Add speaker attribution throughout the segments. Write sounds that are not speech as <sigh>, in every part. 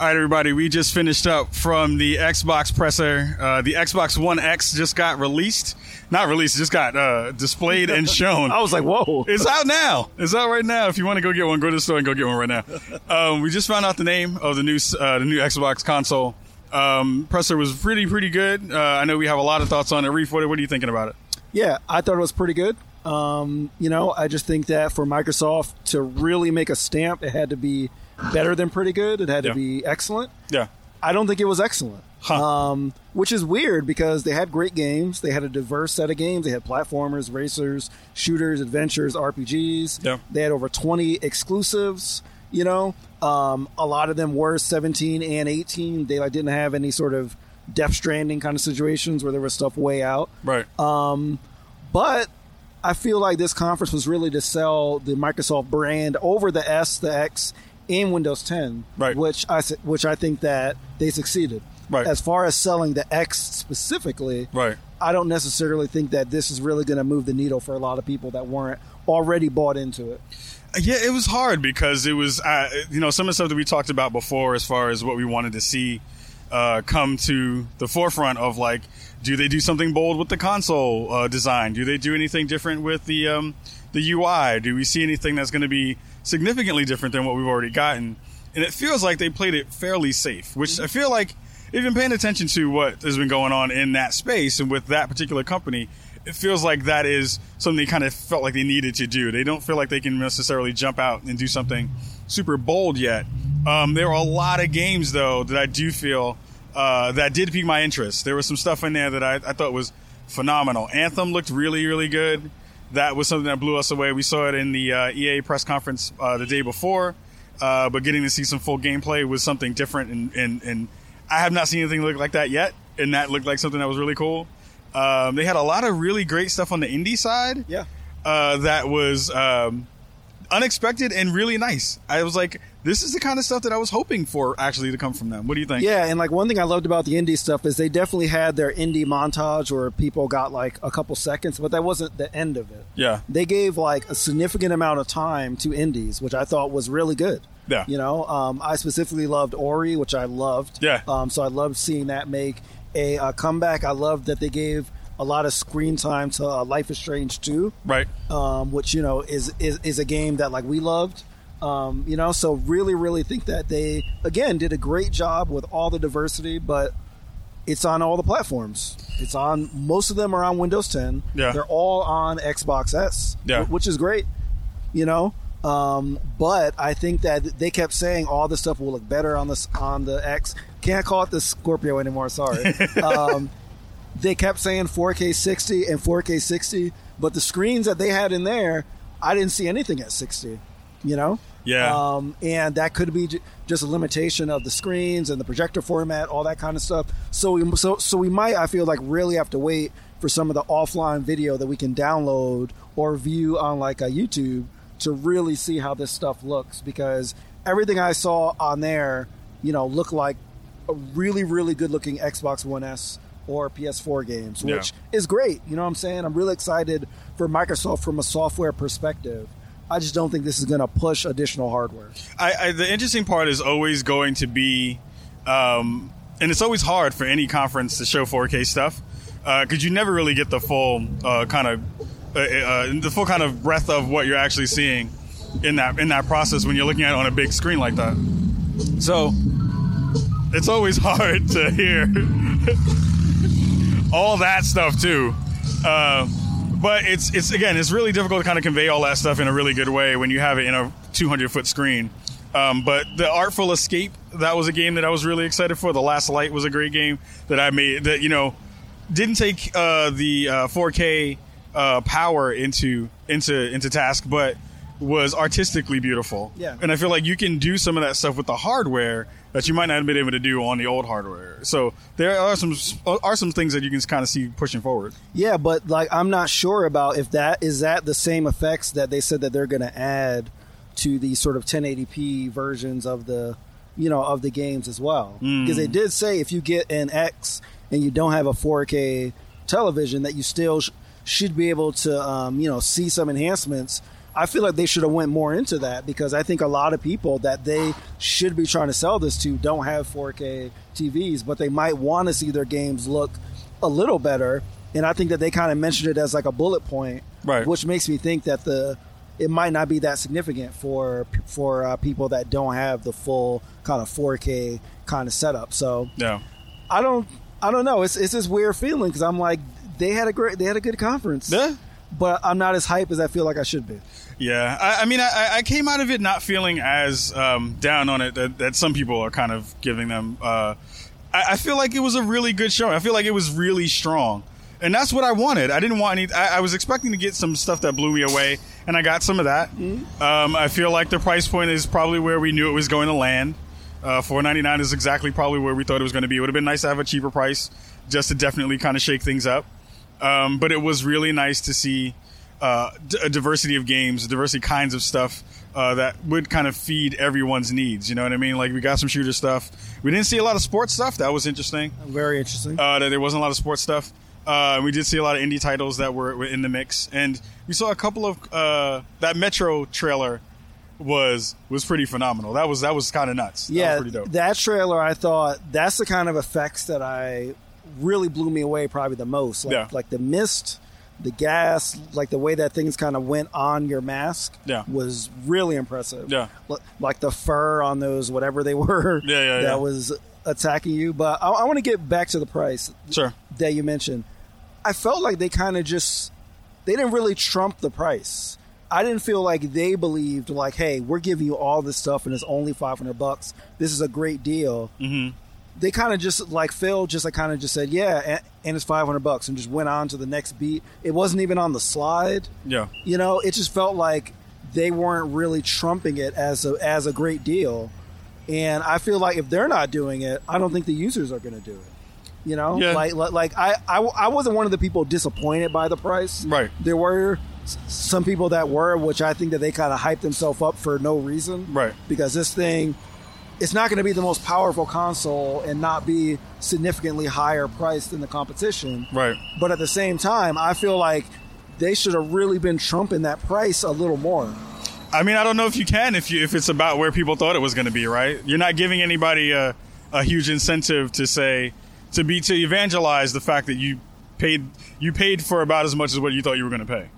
Speaker 1: All right, everybody, we just finished up from the Xbox presser. Uh, the Xbox One X just got released. Not released, just got uh, displayed and shown.
Speaker 2: I was like, whoa.
Speaker 1: It's out now. It's out right now. If you want to go get one, go to the store and go get one right now. Um, we just found out the name of the new s- uh, the new Xbox console. Um, presser was pretty pretty good. Uh, I know we have a lot of thoughts on it. Reef, what, what are you thinking about it?
Speaker 2: Yeah, I thought it was pretty good. Um, you know, I just think that for Microsoft to really make a stamp, it had to be better than pretty good. It had to
Speaker 1: Yeah.
Speaker 2: be excellent.
Speaker 1: Yeah,
Speaker 2: I don't think it was excellent.
Speaker 1: Huh.
Speaker 2: Um, which is weird because they had great games. They had a diverse set of games. They had platformers, racers, shooters, adventures, RPGs.
Speaker 1: Yeah.
Speaker 2: They had over 20 exclusives, you know. Um, a lot of them were 17 and 18. They like, didn't have any sort of Death Stranding kind of situations where there was stuff way out.
Speaker 1: right.
Speaker 2: But I feel like this conference was really to sell the Microsoft brand over the S, the X, and Windows 10,
Speaker 1: Right.
Speaker 2: Which I s- which I think that they succeeded.
Speaker 1: Right.
Speaker 2: As far as selling the X specifically,
Speaker 1: Right.
Speaker 2: I don't necessarily think that this is really going to move the needle for a lot of people that weren't already bought into it.
Speaker 1: Yeah, it was hard because it was, uh, you know, some of the stuff that we talked about before as far as what we wanted to see uh, come to the forefront of like, do they do something bold with the console uh, design? Do they do anything different with the um, the UI? Do we see anything that's going to be significantly different than what we've already gotten? And it feels like they played it fairly safe, which I feel like if you've been paying attention to what has been going on in that space and with that particular company, it feels like that is something they kind of felt like they needed to do. They don't feel like they can necessarily jump out and do something super bold yet. Um, there were a lot of games though that I do feel uh, that did pique my interest. There was some stuff in there that I, I thought was phenomenal. Anthem looked really, really good. That was something that blew us away. We saw it in the uh, EA press conference uh, the day before, uh, but getting to see some full gameplay was something different. And, and, and I have not seen anything look like that yet. And that looked like something that was really cool. Um, they had a lot of really great stuff on the indie side.
Speaker 2: Yeah.
Speaker 1: Uh, that was um, unexpected and really nice. I was like, this is the kind of stuff that I was hoping for actually to come from them. What do you think?
Speaker 2: Yeah, and like one thing I loved about the indie stuff is they definitely had their indie montage where people got like a couple seconds, but that wasn't the end of it.
Speaker 1: Yeah.
Speaker 2: They gave like a significant amount of time to indies, which I thought was really good.
Speaker 1: Yeah.
Speaker 2: You know, um, I specifically loved Ori, which I loved.
Speaker 1: Yeah.
Speaker 2: Um, so I loved seeing that make a, uh comeback. I loved that they gave a lot of screen time to uh, Life is Strange 2
Speaker 1: Right.
Speaker 2: um, which you know is, is is a game that like we loved. Um, you know, so really, really think that they again did a great job with all the diversity, but it's on all the platforms. It's on most of them are on Windows 10.
Speaker 1: Yeah.
Speaker 2: they're all on Xbox S.
Speaker 1: Yeah.
Speaker 2: wh- which is great. You know, um, but I think that they kept saying all this stuff will look better on this on the X. Can't call it the Scorpio
Speaker 1: <laughs>
Speaker 2: anymore. Sorry. um, they kept saying 4K 60 and 4K 60, but the screens that they had in there, I didn't see anything at 60. You know,
Speaker 1: Yeah.
Speaker 2: um, and that could be j- just a limitation of the screens and the projector format, all that kind of stuff. So, we, so, so we might, I feel like, really have to wait for some of the offline video that we can download or view on like a YouTube to really see how this stuff looks because everything I saw on there, you know, looked like a really, really good looking Xbox One S or PS4 games,
Speaker 1: Yeah.
Speaker 2: which is great. You know what I'm saying? I'm really excited for Microsoft from a software perspective. I just don't think this is going to push additional hardware.
Speaker 1: I, I, the interesting part is always going to be, um, and it's always hard for any conference to show 4K stuff because you never really get the full uh, kind of uh, uh, the full kind of breadth of what you're actually seeing in that in that process when you're looking at it on a big screen like that. So it's always <laughs> hard to hear all that stuff too. Uh, but it's it's again, it's really difficult to kind of convey all that stuff in a really good way when you have it in a 200 foot screen. Um, but the Artful Escape that was a game that I was really excited for. The Last Light was a great game that I made that you know didn't take uh, the uh, 4K uh, power into into into task, but was artistically beautiful.
Speaker 2: Yeah.
Speaker 1: and I feel like you can do some of that stuff with the hardware that you might not have been able to do on the old hardware. So there are some uh, are some things that you can kind of see pushing forward.
Speaker 2: Yeah, but like I'm not sure about if that is that the same effects that they said that they're going to add to the sort of 1080p versions of the you know of the games as well because they did say if you get an X and you don't have a 4K television that you still sh- should be able to um, you know see some enhancements. I feel like they should have went more into that because I think a lot of people that they should be trying to sell this to don't have 4K TVs, but they might want to see their games look a little better. And I think that they kind of mentioned it as like a bullet point,
Speaker 1: Right.
Speaker 2: which makes me think that the it might not be that significant for for uh, people that don't have the full kind of 4K kind of setup. So
Speaker 1: Yeah.
Speaker 2: I don't I don't know. It's it's this weird feeling because I'm like they had a great they had a good conference,
Speaker 1: Yeah.
Speaker 2: but I'm not as hype as I feel like I should be.
Speaker 1: Yeah, I, I mean, I, I came out of it not feeling as um, down on it that, that some people are kind of giving them. Uh, I, I feel like it was a really good show. I feel like it was really strong, and that's what I wanted. I didn't want any. I, I was expecting to get some stuff that blew me away, and I got some of that. Um, I feel like the price point is probably where we knew it was going to land. Uh, Four ninety nine is exactly probably where we thought it was going to be. It would have been nice to have a cheaper price, just to definitely kind of shake things up um, but it was really nice to see uh, d- a diversity of games, diversity kinds of stuff uh, that would kind of feed everyone's needs. You know what I mean? Like we got some shooter stuff. We didn't see a lot of sports stuff. That was interesting.
Speaker 2: Very interesting.
Speaker 1: Uh, that there wasn't a lot of sports stuff. Uh, we did see a lot of indie titles that were, were in the mix, and we saw a couple of uh, that Metro trailer was was pretty phenomenal. That was that was kind of nuts. That was
Speaker 2: yeah,
Speaker 1: pretty dope.
Speaker 2: that trailer I thought that's the kind of effects that I really blew me away probably the most. Like,
Speaker 1: Yeah.
Speaker 2: like the mist, the gas, like the way that things kind of went on your mask
Speaker 1: Yeah.
Speaker 2: was really impressive.
Speaker 1: Yeah.
Speaker 2: L- like the fur on those whatever they <laughs> were
Speaker 1: Yeah, yeah,
Speaker 2: that
Speaker 1: yeah.
Speaker 2: was attacking you. But I, I want to get back to the price.
Speaker 1: sure.
Speaker 2: that you mentioned, I felt like they kind of just they didn't really trump the price. I didn't feel like they believed like, hey, we're giving you all this stuff and it's only five hundred bucks. This is a great deal. Mm-hmm. They kind of just like Phil just like kind of just said, yeah, and, and it's five hundred bucks, and just went on to the next beat. It wasn't even on the slide.
Speaker 1: Yeah.
Speaker 2: You know, it just felt like they weren't really trumping it as a as a great deal. And I feel like if they're not doing it, I don't think the users are going to do it. You know,
Speaker 1: Yeah.
Speaker 2: like like, like I, I I wasn't one of the people disappointed by the price.
Speaker 1: Right.
Speaker 2: There were s- some people that were, which I think that they kind of hyped themselves up for no reason.
Speaker 1: Right.
Speaker 2: Because this thing, it's not going to be the most powerful console and not be significantly higher priced than the competition.
Speaker 1: Right.
Speaker 2: But at the same time, I feel like they should have really been trumping that price a little more.
Speaker 1: I mean, I don't know if you can if you if it's about where people thought it was going to be, right? You're not giving anybody a, a huge incentive to say to be to evangelize the fact that you paid you paid for about as much as what you thought you were going to pay.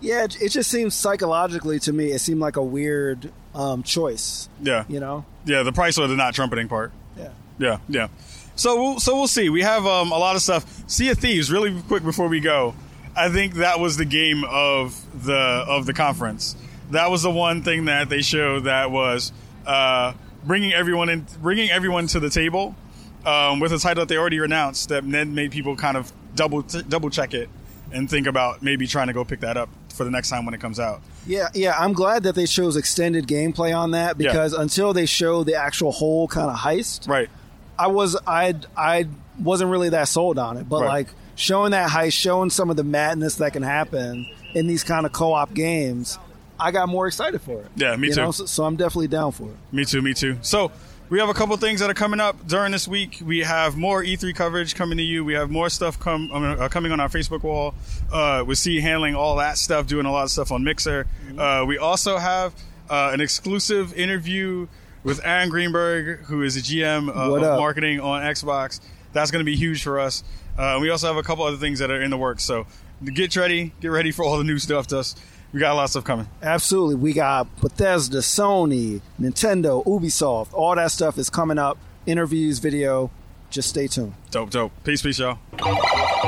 Speaker 2: Yeah, it, it just seems psychologically to me, it seemed like a weird um, choice.
Speaker 1: Yeah,
Speaker 2: You know?
Speaker 1: yeah. The price or the not trumpeting part.
Speaker 2: Yeah.
Speaker 1: Yeah, yeah. So we'll, so we'll see. We have um, a lot of stuff. Sea of Thieves, really quick before we go. I think that was the game of the of the conference. That was the one thing that they showed that was uh, bringing everyone in, bringing everyone to the table um, with a title that they already announced. That then made people kind of double t- double check it and think about maybe trying to go pick that up for the next time when it comes out.
Speaker 2: Yeah, yeah. I'm glad that they chose extended gameplay on that
Speaker 1: Yeah.
Speaker 2: because until they show the actual whole kind of heist,
Speaker 1: Right.
Speaker 2: I was I I wasn't really that sold on it, but
Speaker 1: Right.
Speaker 2: like showing that heist, showing some of the madness that can happen in these kind of co-op games, I got more excited for it.
Speaker 1: Yeah, me
Speaker 2: You
Speaker 1: too.
Speaker 2: know, So, so I'm definitely down for it.
Speaker 1: Me too, me too. So we have a couple things that are coming up during this week. We have more E3 coverage coming to you. We have more stuff come um, uh, coming on our Facebook wall. Uh, with C handling all that stuff, doing a lot of stuff on Mixer.
Speaker 2: Mm-hmm.
Speaker 1: Uh, we also have uh, an exclusive interview with Aaron Greenberg, who is the GM uh,
Speaker 2: What
Speaker 1: of
Speaker 2: up?
Speaker 1: marketing on Xbox. That's going to be huge for us. Uh, we also have a couple other things that are in the works. So get ready, get ready for all the new stuff. To us, we got a lot of stuff coming.
Speaker 2: Absolutely. We got Bethesda, Sony, Nintendo, Ubisoft. All that stuff is coming up. Interviews, video. Just stay tuned.
Speaker 1: Dope, dope. Peace, peace, y'all.